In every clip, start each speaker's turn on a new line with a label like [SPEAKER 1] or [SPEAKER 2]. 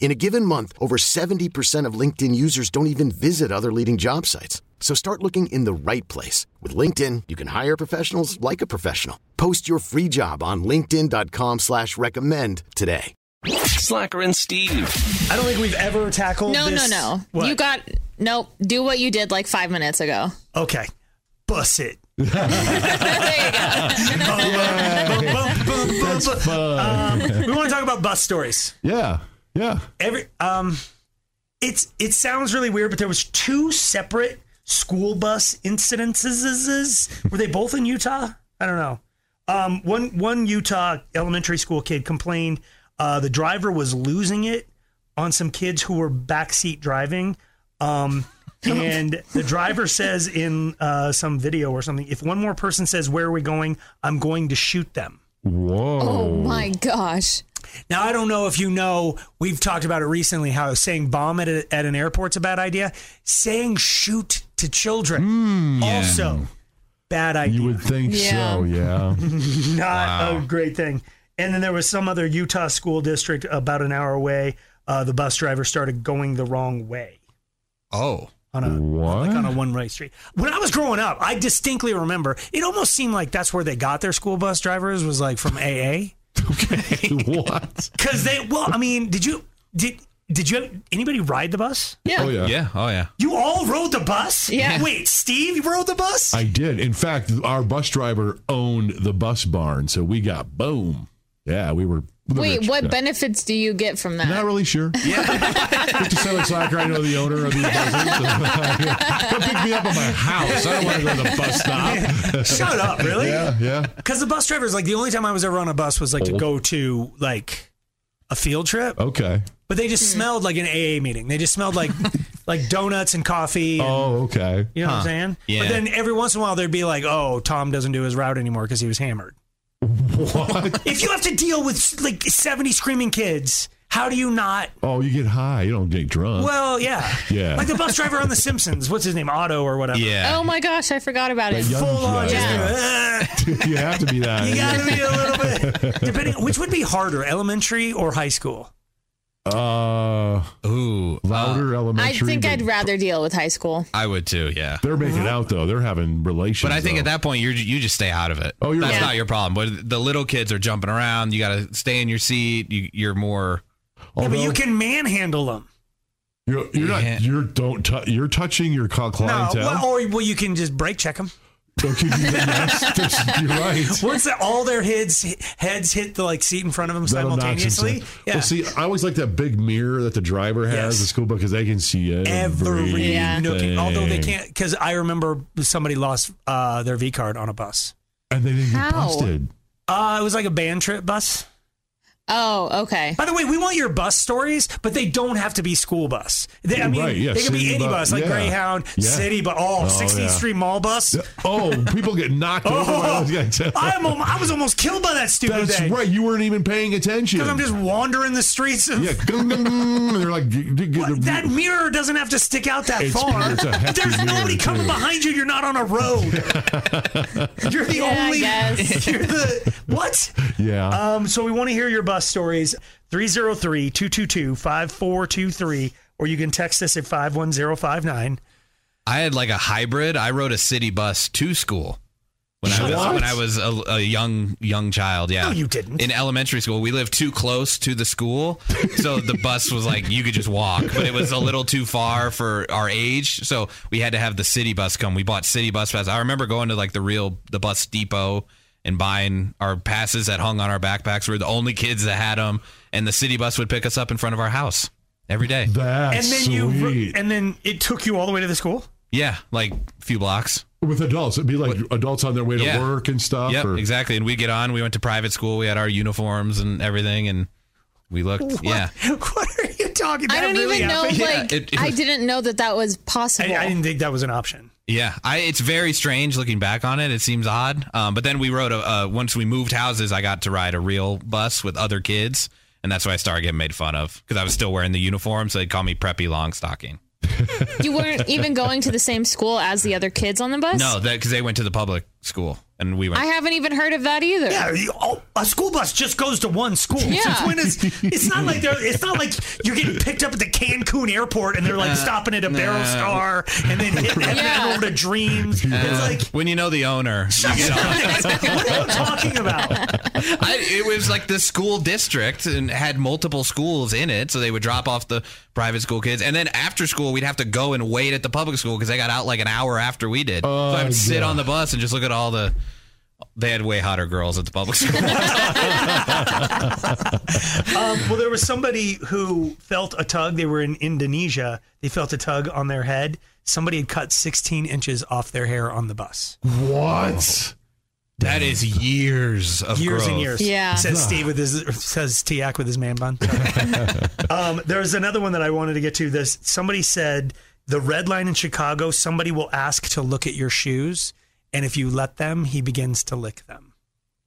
[SPEAKER 1] In a given month, over 70% of LinkedIn users don't even visit other leading job sites. So start looking in the right place. With LinkedIn, you can hire professionals like a professional. Post your free job on linkedin.com slash recommend today.
[SPEAKER 2] Slacker and Steve.
[SPEAKER 3] I don't think we've ever tackled
[SPEAKER 4] No,
[SPEAKER 3] this.
[SPEAKER 4] no, no.
[SPEAKER 3] What?
[SPEAKER 4] You got nope. Do what you did like five minutes ago.
[SPEAKER 3] Okay. Bus it.
[SPEAKER 4] there you go.
[SPEAKER 3] Bum, bum, bum, bum, bum. Um, we want to talk about bus stories.
[SPEAKER 5] Yeah. Yeah.
[SPEAKER 3] Every um it's it sounds really weird, but there was two separate school bus incidences. Were they both in Utah? I don't know. Um, one one Utah elementary school kid complained uh, the driver was losing it on some kids who were backseat driving. Um, and the driver says in uh, some video or something, if one more person says where are we going, I'm going to shoot them.
[SPEAKER 5] Whoa.
[SPEAKER 4] Oh my gosh.
[SPEAKER 3] Now, I don't know if you know, we've talked about it recently how saying bomb at, a, at an airport's a bad idea. Saying shoot to children, also bad idea.
[SPEAKER 5] Hmm, You would think
[SPEAKER 4] Yeah.
[SPEAKER 5] so, yeah.
[SPEAKER 3] Not a great thing. And then there was some other Utah school district about an hour away. Uh, the bus driver started going the wrong way.
[SPEAKER 6] Oh,
[SPEAKER 3] On a,
[SPEAKER 5] What?
[SPEAKER 3] like on a one-way street. When I was growing up, I distinctly remember it almost seemed like that's where they got their school bus drivers was like from AA.
[SPEAKER 5] what?
[SPEAKER 3] Because they, well, I mean, did you did did you anybody ride the bus?
[SPEAKER 4] Yeah.
[SPEAKER 5] Oh yeah.
[SPEAKER 6] yeah. Oh, yeah.
[SPEAKER 3] You all rode the bus?
[SPEAKER 4] Yeah.
[SPEAKER 3] Wait, Steve, you rode the bus?
[SPEAKER 5] I did. In fact, our bus driver owned the bus barn, so we got boom. Yeah, we were
[SPEAKER 4] Wait,
[SPEAKER 5] rich.
[SPEAKER 4] what
[SPEAKER 5] Yeah.
[SPEAKER 4] benefits do you get from that?
[SPEAKER 5] Not really sure. Yeah. 57 soccer. I know the owner of these buses. Come pick me up at my house. I don't want to go to the bus stop.
[SPEAKER 3] Shut up, really?
[SPEAKER 5] Yeah, yeah.
[SPEAKER 3] Because the bus driver is like the only time I was ever on a bus was like to go to like a field trip,
[SPEAKER 5] Okay.
[SPEAKER 3] but they just smelled like an AA meeting. They just smelled like like donuts and coffee. and-
[SPEAKER 5] Oh, okay.
[SPEAKER 3] You know what I'm saying?
[SPEAKER 6] Yeah.
[SPEAKER 3] But then every once in a while, there'd be like, "Oh, Tom doesn't do his route anymore because he was hammered."
[SPEAKER 5] What?
[SPEAKER 3] If you have to deal with like 70 screaming kids, how do you not?
[SPEAKER 5] Oh, you get high. You don't get drunk.
[SPEAKER 3] Well, yeah,
[SPEAKER 5] Yeah.
[SPEAKER 3] Like the bus driver on The Simpsons. What's his name? Otto or whatever.
[SPEAKER 6] Yeah.
[SPEAKER 4] Oh my gosh, I forgot about it.
[SPEAKER 5] That young
[SPEAKER 3] Full on,
[SPEAKER 5] guy.
[SPEAKER 3] just
[SPEAKER 4] Yeah.
[SPEAKER 3] "Ugh."
[SPEAKER 5] you have to be that.
[SPEAKER 3] You gotta be a little bit depending. Which would be harder, elementary or high school?
[SPEAKER 5] Uh,
[SPEAKER 6] Ooh. uh,
[SPEAKER 5] louder
[SPEAKER 3] Uh,
[SPEAKER 4] I
[SPEAKER 5] elementary.
[SPEAKER 4] think
[SPEAKER 5] but
[SPEAKER 4] I'd rather deal with high school.
[SPEAKER 6] I would too. Yeah.
[SPEAKER 5] They're making out though. They're having relations.
[SPEAKER 6] But I think
[SPEAKER 5] though.
[SPEAKER 6] at that point you you just stay out of it.
[SPEAKER 5] Oh, you're
[SPEAKER 6] that's
[SPEAKER 5] right.
[SPEAKER 6] not your problem. But the little kids are jumping around. You got to stay in your seat. You, you're more.
[SPEAKER 3] yeah, but
[SPEAKER 5] Although,
[SPEAKER 3] you can manhandle them.
[SPEAKER 5] You're, you're not.
[SPEAKER 6] Yeah.
[SPEAKER 5] You're don't. tou you're touching your cl-
[SPEAKER 3] No,
[SPEAKER 5] clientele.
[SPEAKER 3] well, oh, or well, you can just brake check them.
[SPEAKER 5] Don't keep- that's- that's- you're right.
[SPEAKER 3] Once the, all their heads heads hit the like seat in front of them
[SPEAKER 5] That'll knock some
[SPEAKER 3] simultaneously,
[SPEAKER 5] sense.
[SPEAKER 3] yeah,
[SPEAKER 5] Well, see, I always like that big mirror that the driver has
[SPEAKER 3] Yes.
[SPEAKER 5] the school book because they can see it.
[SPEAKER 3] every
[SPEAKER 4] Yeah.
[SPEAKER 3] nookie. Although they can't, because I remember somebody lost uh, their V card on a bus.
[SPEAKER 5] and they didn't get
[SPEAKER 4] How?
[SPEAKER 5] busted.
[SPEAKER 3] Uh, it was like a band trip bus.
[SPEAKER 4] Oh, okay.
[SPEAKER 3] By the way, we want your bus stories, but they don't have to be school bus. They, I mean,
[SPEAKER 5] Right, yeah,
[SPEAKER 3] they can be
[SPEAKER 5] city
[SPEAKER 3] any
[SPEAKER 5] bu-
[SPEAKER 3] bus, like
[SPEAKER 5] yeah.
[SPEAKER 3] Greyhound,
[SPEAKER 5] Yeah.
[SPEAKER 3] City, but oh,
[SPEAKER 5] Oh,
[SPEAKER 3] 16th
[SPEAKER 5] yeah.
[SPEAKER 3] Street Mall bus.
[SPEAKER 5] Oh, people get knocked over. by
[SPEAKER 3] Oh,
[SPEAKER 5] those guys.
[SPEAKER 3] I'm, al- I was almost killed by that stupid
[SPEAKER 5] That's
[SPEAKER 3] thing.
[SPEAKER 5] right. You weren't even paying attention.
[SPEAKER 3] Because I'm just wandering the streets of.
[SPEAKER 5] yeah. gung, gung, gung, and they're like g- g- g-
[SPEAKER 3] What? That mirror doesn't have to stick out that
[SPEAKER 5] It's
[SPEAKER 3] far.
[SPEAKER 5] pretty- it's a hefty
[SPEAKER 3] There's nobody
[SPEAKER 5] mirror,
[SPEAKER 3] coming
[SPEAKER 5] too.
[SPEAKER 3] behind you. You're not on a road. you're the
[SPEAKER 4] Yeah, I
[SPEAKER 3] only.
[SPEAKER 4] guess.
[SPEAKER 3] You're the what?
[SPEAKER 5] yeah.
[SPEAKER 3] Um, so we want to hear your bus stories 303 222 5423, or you can text us at 51059.
[SPEAKER 6] I had like a hybrid. I rode a city bus to school when I was
[SPEAKER 5] What?
[SPEAKER 6] when I was a, a young young child. Yeah.
[SPEAKER 3] No, you didn't.
[SPEAKER 6] In elementary school, we lived too close to the school, so the bus was like you could just walk, but it was a little too far for our age, so we had to have the city bus come. We bought city bus pass. I remember going to like the real the bus depot and buying our passes that hung on our backpacks. We were the only kids that had them, and the city bus would pick us up in front of our house every day.
[SPEAKER 3] and
[SPEAKER 5] That's
[SPEAKER 3] then
[SPEAKER 5] sweet.
[SPEAKER 3] you ro- and then it took you all the way to the school.
[SPEAKER 6] Yeah, like a few blocks.
[SPEAKER 5] With adults, it'd be like adults on their way to
[SPEAKER 6] Yeah.
[SPEAKER 5] work and stuff.
[SPEAKER 6] Yep,
[SPEAKER 5] or,
[SPEAKER 6] exactly. And we get on. We went to private school. We had our uniforms and everything, and we looked. Yeah,
[SPEAKER 3] What, what are you talking about?
[SPEAKER 4] I don't
[SPEAKER 3] really
[SPEAKER 4] even know.
[SPEAKER 3] happened?
[SPEAKER 4] Like,
[SPEAKER 6] it- it
[SPEAKER 4] I
[SPEAKER 6] was-
[SPEAKER 4] didn't know that that was possible.
[SPEAKER 3] I, I didn't think that was an option.
[SPEAKER 6] yeah. I it's very strange looking back on it. It seems odd. Um, but then we rode a uh, once we moved houses. I got to ride a real bus with other kids, and that's why I started getting made fun of because I was still wearing the uniform. So they would call me Preppy Longstocking.
[SPEAKER 4] you weren't even going to the same school as the other kids on the bus.
[SPEAKER 6] No, because they went to the public school, and we went.
[SPEAKER 4] I haven't even heard of that either.
[SPEAKER 3] Yeah, you, oh, a school bus just goes to one school.
[SPEAKER 4] Yeah.
[SPEAKER 3] Since when is- it's not like they're it's not like you're getting picked up at the Cancun airport and they're like stopping at a Barrel Star and then hitting and then
[SPEAKER 4] Yeah.
[SPEAKER 3] over to Dreams. It's like
[SPEAKER 6] when you know the owner, you get on.
[SPEAKER 3] what are you talking about?
[SPEAKER 6] I, it was like the school district and had multiple schools in it, so they would drop off the private school kids, and then after school we'd have to go and wait at the public school because they got out like an hour after we did. so I would sit on the bus and just look at all the. They had way hotter girls at the public school.
[SPEAKER 3] Um, well, there was somebody who felt a tug. They were in Indonesia. They felt a tug on their head. Somebody had cut 16 inches off their hair on the bus.
[SPEAKER 5] What?
[SPEAKER 6] that is years of
[SPEAKER 3] years and years.
[SPEAKER 6] growth.
[SPEAKER 4] Yeah.
[SPEAKER 3] Says Steve with his says Tiak with his man bun. um, there's another one that I wanted to get to. This somebody said the red line in Chicago. Somebody will ask to look at your shoes, and if you let them, he begins to lick them.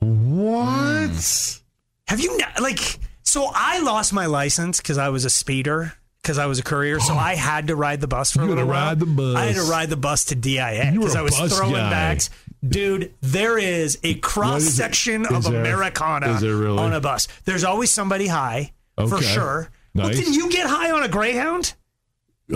[SPEAKER 5] What?
[SPEAKER 3] Have you not, like? So I lost my license because I was a speeder. Because I was a courier, so I had to ride the bus for
[SPEAKER 5] You
[SPEAKER 3] a
[SPEAKER 5] had to
[SPEAKER 3] little while.
[SPEAKER 5] ride the bus.
[SPEAKER 3] I had to ride the bus to DIA
[SPEAKER 5] You were
[SPEAKER 3] because
[SPEAKER 5] a
[SPEAKER 3] I was
[SPEAKER 5] bus
[SPEAKER 3] throwing
[SPEAKER 5] guy.
[SPEAKER 3] bags. Dude, there is a cross section
[SPEAKER 5] Is
[SPEAKER 3] of
[SPEAKER 5] there-
[SPEAKER 3] Americana
[SPEAKER 5] is there really?
[SPEAKER 3] on a bus. There's always somebody high for
[SPEAKER 5] Okay.
[SPEAKER 3] sure. Well,
[SPEAKER 5] Nice.
[SPEAKER 3] didn't you get high on a Greyhound?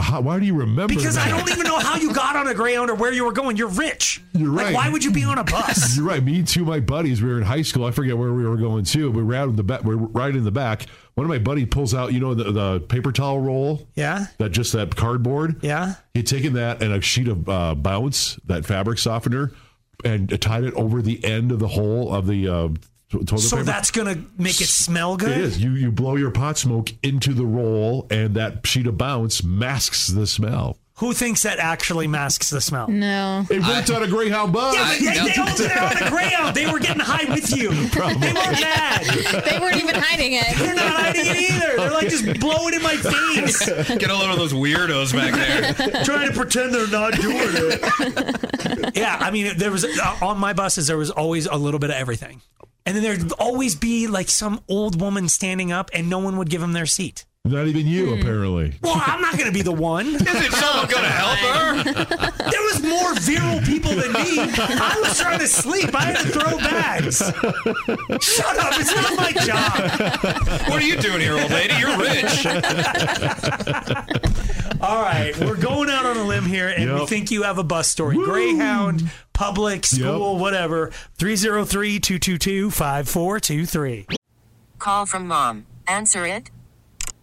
[SPEAKER 5] How, why do you remember?
[SPEAKER 3] Because I
[SPEAKER 5] that?
[SPEAKER 3] don't even know how you got on a Greyhound or where you were going. You're rich.
[SPEAKER 5] You're
[SPEAKER 3] Like,
[SPEAKER 5] right.
[SPEAKER 3] why would you be on a bus?
[SPEAKER 5] You're right. Me and two of my buddies, we were in high school. I forget where we were going to. We were out in the back. We were right in the back. One of my buddy pulls out, you know, the, the paper towel roll
[SPEAKER 3] yeah,
[SPEAKER 5] that just that cardboard.
[SPEAKER 3] yeah.
[SPEAKER 5] He'd taken that and a sheet of uh, bounce, that fabric softener, and tied it over the end of the hole of the uh, to- toilet
[SPEAKER 3] So
[SPEAKER 5] paper.
[SPEAKER 3] that's gonna make it smell good.
[SPEAKER 5] It is. You you blow your pot smoke into the roll, and that sheet of bounce masks the smell.
[SPEAKER 3] Who thinks that actually masks the smell?
[SPEAKER 4] No.
[SPEAKER 5] It worked on a Greyhound bus.
[SPEAKER 3] Yeah, but they, they all did it on the ground. They were getting high with you. They weren't mad.
[SPEAKER 4] They weren't even hiding
[SPEAKER 3] They're
[SPEAKER 4] it.
[SPEAKER 3] not hiding it either. They're like just blowing in my face,
[SPEAKER 6] Get a load of those weirdos back there.
[SPEAKER 3] trying to pretend they're not doing it. Yeah, I mean, there was uh, on my buses there was always a little bit of everything, and then there'd always be like some old woman standing up, and no one would give them their seat.
[SPEAKER 5] Not even you,
[SPEAKER 3] Hmm.
[SPEAKER 5] apparently.
[SPEAKER 3] Well, I'm not going to be the one.
[SPEAKER 6] Is someone gonna help her?
[SPEAKER 3] There was more virile people than me. I was trying to sleep. I had to throw bags. Shut up! It's not my job.
[SPEAKER 6] What are you doing here, old lady? You're rich.
[SPEAKER 3] All right, we're going out on a limb here, and we
[SPEAKER 5] Yep.
[SPEAKER 3] think you have a bus story. Greyhound, public, school, whatever. 303 222 5423.
[SPEAKER 7] Call from mom. Answer it.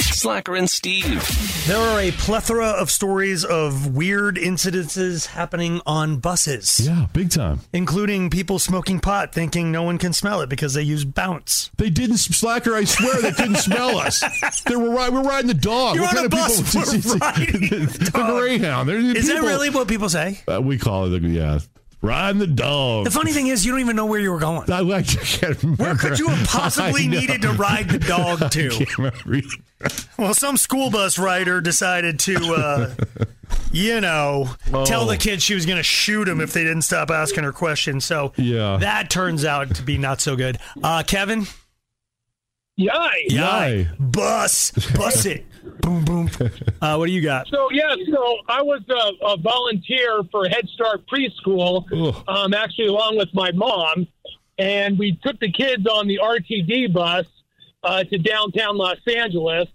[SPEAKER 2] Slacker and Steve.
[SPEAKER 3] There are a plethora of stories of weird incidences happening on buses,
[SPEAKER 5] Yeah, big time.
[SPEAKER 3] including people smoking pot thinking no one can smell it because they use bounce.
[SPEAKER 5] They didn't slacker. I swear they couldn't smell us. They were ri- we're riding the dog.
[SPEAKER 3] You're
[SPEAKER 5] Uh, what
[SPEAKER 3] on
[SPEAKER 5] kind
[SPEAKER 3] a
[SPEAKER 5] of
[SPEAKER 3] bus.
[SPEAKER 5] people?
[SPEAKER 3] We're riding the
[SPEAKER 5] the
[SPEAKER 3] dog.
[SPEAKER 5] Greyhound. They're the
[SPEAKER 3] Is that
[SPEAKER 5] people-
[SPEAKER 3] really what people say?
[SPEAKER 5] Uh, we call it. The, yeah, riding the dog.
[SPEAKER 3] The funny thing is, you don't even know where you were going.
[SPEAKER 5] I, I can't remember.
[SPEAKER 3] Where could you have possibly
[SPEAKER 5] I know.
[SPEAKER 3] needed to ride the dog
[SPEAKER 5] I
[SPEAKER 3] to?
[SPEAKER 5] can't remember. either.
[SPEAKER 3] Well, some school bus rider decided to, uh, you know, tell
[SPEAKER 5] Oh.
[SPEAKER 3] the kids she was going to shoot them if they didn't stop asking her questions. So
[SPEAKER 5] Yeah.
[SPEAKER 3] that turns out to be not so good. Uh, Kevin?
[SPEAKER 8] Yay!
[SPEAKER 5] Yay.
[SPEAKER 3] Bus. Bus it. boom, boom. Uh, what do you got?
[SPEAKER 8] So yeah, so I was a, a volunteer for Head Start Preschool,
[SPEAKER 5] Ugh.
[SPEAKER 8] um, actually along with my mom, and we took the kids on the RTD bus, uh, to downtown Los Angeles,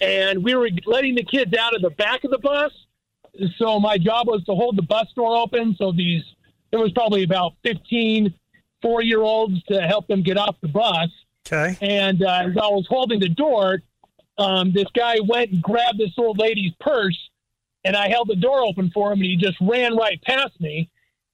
[SPEAKER 8] and we were letting the kids out of the back of the bus. So my job was to hold the bus door open. So these there was probably about 15 four year olds to help them get off the bus.
[SPEAKER 3] Okay.
[SPEAKER 8] And uh, as I was holding the door, um, this guy went and grabbed this old lady's purse, and I held the door open for him, and he just ran right past me.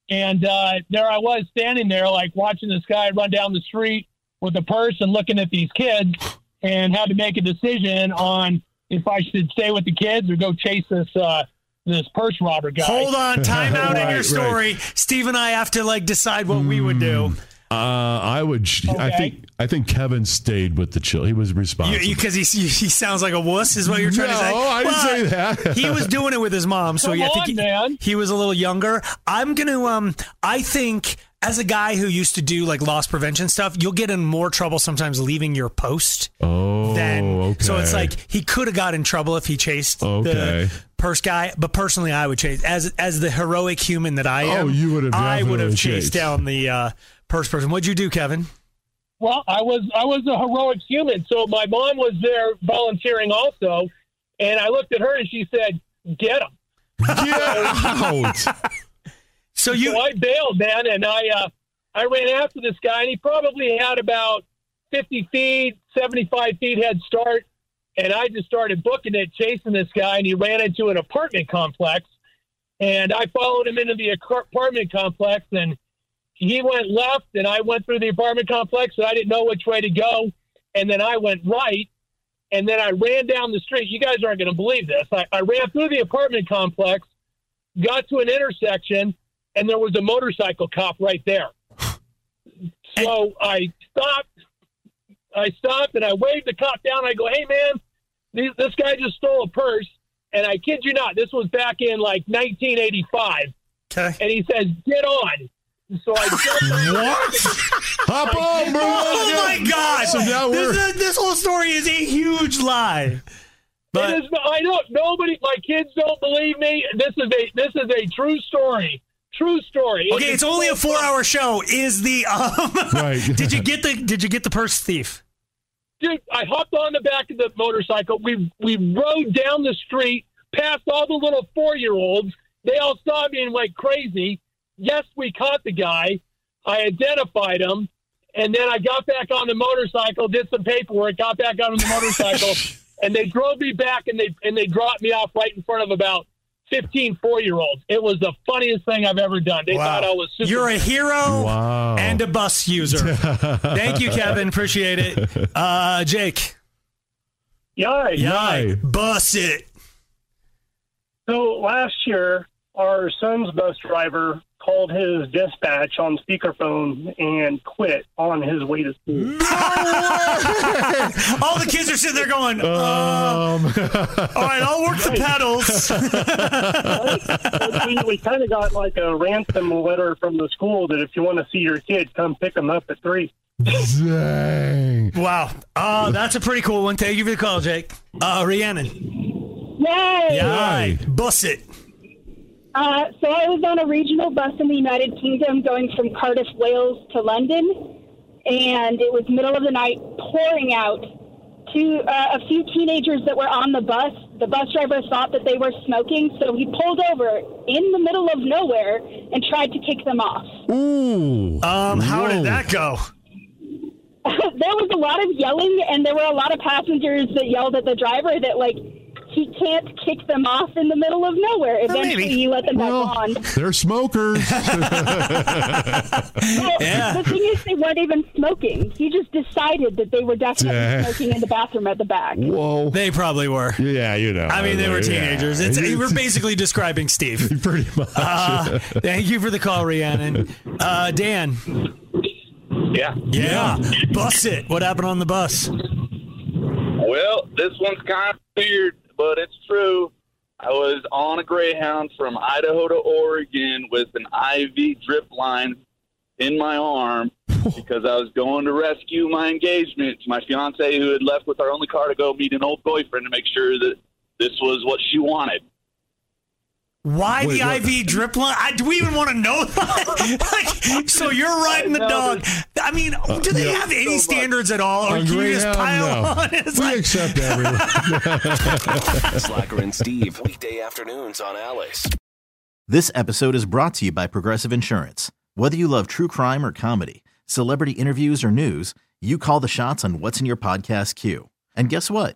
[SPEAKER 8] And uh, there I was standing there, like watching this guy run down the street with a purse and looking at these kids, and had to make a decision on if I should stay with the kids or go chase this uh, this purse robber guy.
[SPEAKER 3] Hold on, time out in your story. Steve and I have to like decide what we would do.
[SPEAKER 5] Uh, I would. I think. I think Kevin stayed with the chill. He was responsible.
[SPEAKER 3] Because he, he sounds like a wuss, is what you're trying to say.
[SPEAKER 5] No, I didn't
[SPEAKER 3] But
[SPEAKER 5] say that.
[SPEAKER 3] he was doing it with his mom, so
[SPEAKER 8] Come
[SPEAKER 3] yeah, I think
[SPEAKER 8] on,
[SPEAKER 3] he,
[SPEAKER 8] man.
[SPEAKER 3] he was a little younger. I'm gonna um, I think as a guy who used to do like loss prevention stuff, you'll get in more trouble sometimes leaving your post.
[SPEAKER 5] oh,
[SPEAKER 3] than so it's
[SPEAKER 5] okay.
[SPEAKER 3] like he could have got in trouble if he chased
[SPEAKER 5] Okay.
[SPEAKER 3] the purse guy. But personally, I would chase as as the heroic human that I am.
[SPEAKER 5] Oh, you would have
[SPEAKER 3] I would have
[SPEAKER 5] definitely
[SPEAKER 3] chased,
[SPEAKER 5] chased.
[SPEAKER 3] down the uh, purse person. What'd you do, Kevin?
[SPEAKER 8] Well, I was I was a heroic human, so my mom was there volunteering also, and I looked at her and she said, "Get him."
[SPEAKER 5] Get out.
[SPEAKER 3] So you
[SPEAKER 8] So I bailed, man, and I uh, I ran after this guy, and he probably had about fifty feet, seventy five feet head start, and I just started booking it, chasing this guy, and he ran into an apartment complex, and I followed him into the ac- apartment complex, and he went left, and I went through the apartment complex, and I didn't know which way to go, and then I went right. And then I ran down the street. You guys aren't going to believe this. I, I ran through the apartment complex, got to an intersection and there was a motorcycle cop right there. So I stopped. I stopped and I waved the cop down. I go, "Hey man, these, this guy just stole a purse." And I kid you not, this was back in like 1985.
[SPEAKER 3] Okay.
[SPEAKER 8] And he says, "Get on." So I jumped.
[SPEAKER 5] Hop on, bro.
[SPEAKER 3] Oh
[SPEAKER 5] Let's
[SPEAKER 3] my
[SPEAKER 5] go.
[SPEAKER 3] God!
[SPEAKER 5] So now we're.
[SPEAKER 3] this, is- this whole story is a huge lie. But
[SPEAKER 8] it is, I don't. Nobody. My kids don't believe me. This is a this is a true story. True story.
[SPEAKER 3] okay, it's only a four-hour show. Is the um?
[SPEAKER 5] Right.
[SPEAKER 3] did you get the Did you get the purse thief?
[SPEAKER 8] dude, I hopped on the back of the motorcycle. We we rode down the street past all the little four year olds. They all saw me and went crazy. Yes, we caught the guy. I identified him, and then I got back on the motorcycle, did some paperwork, got back on the motorcycle, and they drove me back and they and they dropped me off right in front of about 15 4 year olds. It was the funniest thing I've ever done. They thought I was super.
[SPEAKER 3] You're a hero
[SPEAKER 5] Wow.
[SPEAKER 3] and a bus user. Thank you, Kevin. Appreciate it. Uh, Jake.
[SPEAKER 8] yeah,
[SPEAKER 3] Yeah.
[SPEAKER 5] Yay.
[SPEAKER 3] Bus it.
[SPEAKER 8] So last year, our son's bus driver called his dispatch on speakerphone and quit on his way to school.
[SPEAKER 3] All the kids are sitting there going, uh,
[SPEAKER 5] Um,
[SPEAKER 3] "All right, I'll work the pedals."
[SPEAKER 8] we we kind of got like a ransom letter from the school that if you want to see your kid, come pick him up at three.
[SPEAKER 5] dang.
[SPEAKER 3] wow. Oh, that's a pretty cool one. Thank you for the call, Jake. Uh, Rhiannon.
[SPEAKER 9] Yay!
[SPEAKER 3] Yeah. Bus it.
[SPEAKER 9] Uh, so I was on a regional bus in the United Kingdom going from Cardiff, Wales to London, and it was middle of the night, pouring out. To uh, a few teenagers that were on the bus, the bus driver thought that they were smoking, so he pulled over in the middle of nowhere and tried to kick them off.
[SPEAKER 5] Ooh.
[SPEAKER 3] Um, how
[SPEAKER 5] Whoa.
[SPEAKER 3] did that go?
[SPEAKER 9] there was a lot of yelling, and there were a lot of passengers that yelled at the driver that like he can't kick them off in the middle of nowhere. Eventually,
[SPEAKER 3] maybe.
[SPEAKER 9] you let them back on.
[SPEAKER 5] They're smokers.
[SPEAKER 9] Well,
[SPEAKER 3] Yeah.
[SPEAKER 9] The thing is, they weren't even smoking. He just decided that they were definitely
[SPEAKER 5] Yeah.
[SPEAKER 9] smoking in the bathroom at the back.
[SPEAKER 5] Whoa.
[SPEAKER 3] They probably were.
[SPEAKER 5] Yeah, you know.
[SPEAKER 3] I mean, they were
[SPEAKER 5] yeah.
[SPEAKER 3] teenagers. It's, you were basically describing Steve.
[SPEAKER 5] pretty much.
[SPEAKER 3] Uh, thank you for the call, Rhiannon. Uh, Dan.
[SPEAKER 10] Yeah.
[SPEAKER 3] Yeah. Bus it. What happened on the bus?
[SPEAKER 10] Well, this one's kind of weird, but it's true. I was on a Greyhound from Idaho to Oregon with an IV drip line in my arm because I was going to rescue my engagement to my fiance who had left with our only car to go meet an old boyfriend to make sure that this was what she wanted.
[SPEAKER 3] Why
[SPEAKER 5] Wait,
[SPEAKER 3] the
[SPEAKER 5] what?
[SPEAKER 3] IV drip line? I, do we even want to know that? like, so you're riding the
[SPEAKER 5] No,
[SPEAKER 3] dog. I mean,
[SPEAKER 5] Uh,
[SPEAKER 3] do they
[SPEAKER 5] yeah.
[SPEAKER 3] have any standards at all, or
[SPEAKER 5] On
[SPEAKER 3] can you just
[SPEAKER 5] Greyhound,
[SPEAKER 3] pile
[SPEAKER 5] no.
[SPEAKER 3] on? It's
[SPEAKER 5] we
[SPEAKER 3] like-
[SPEAKER 5] accept everyone.
[SPEAKER 2] Slacker and Steve, weekday afternoons on Alice.
[SPEAKER 11] This episode is brought to you by Progressive Insurance. Whether you love true crime or comedy, celebrity interviews or news, you call the shots on what's in your podcast queue. And guess what?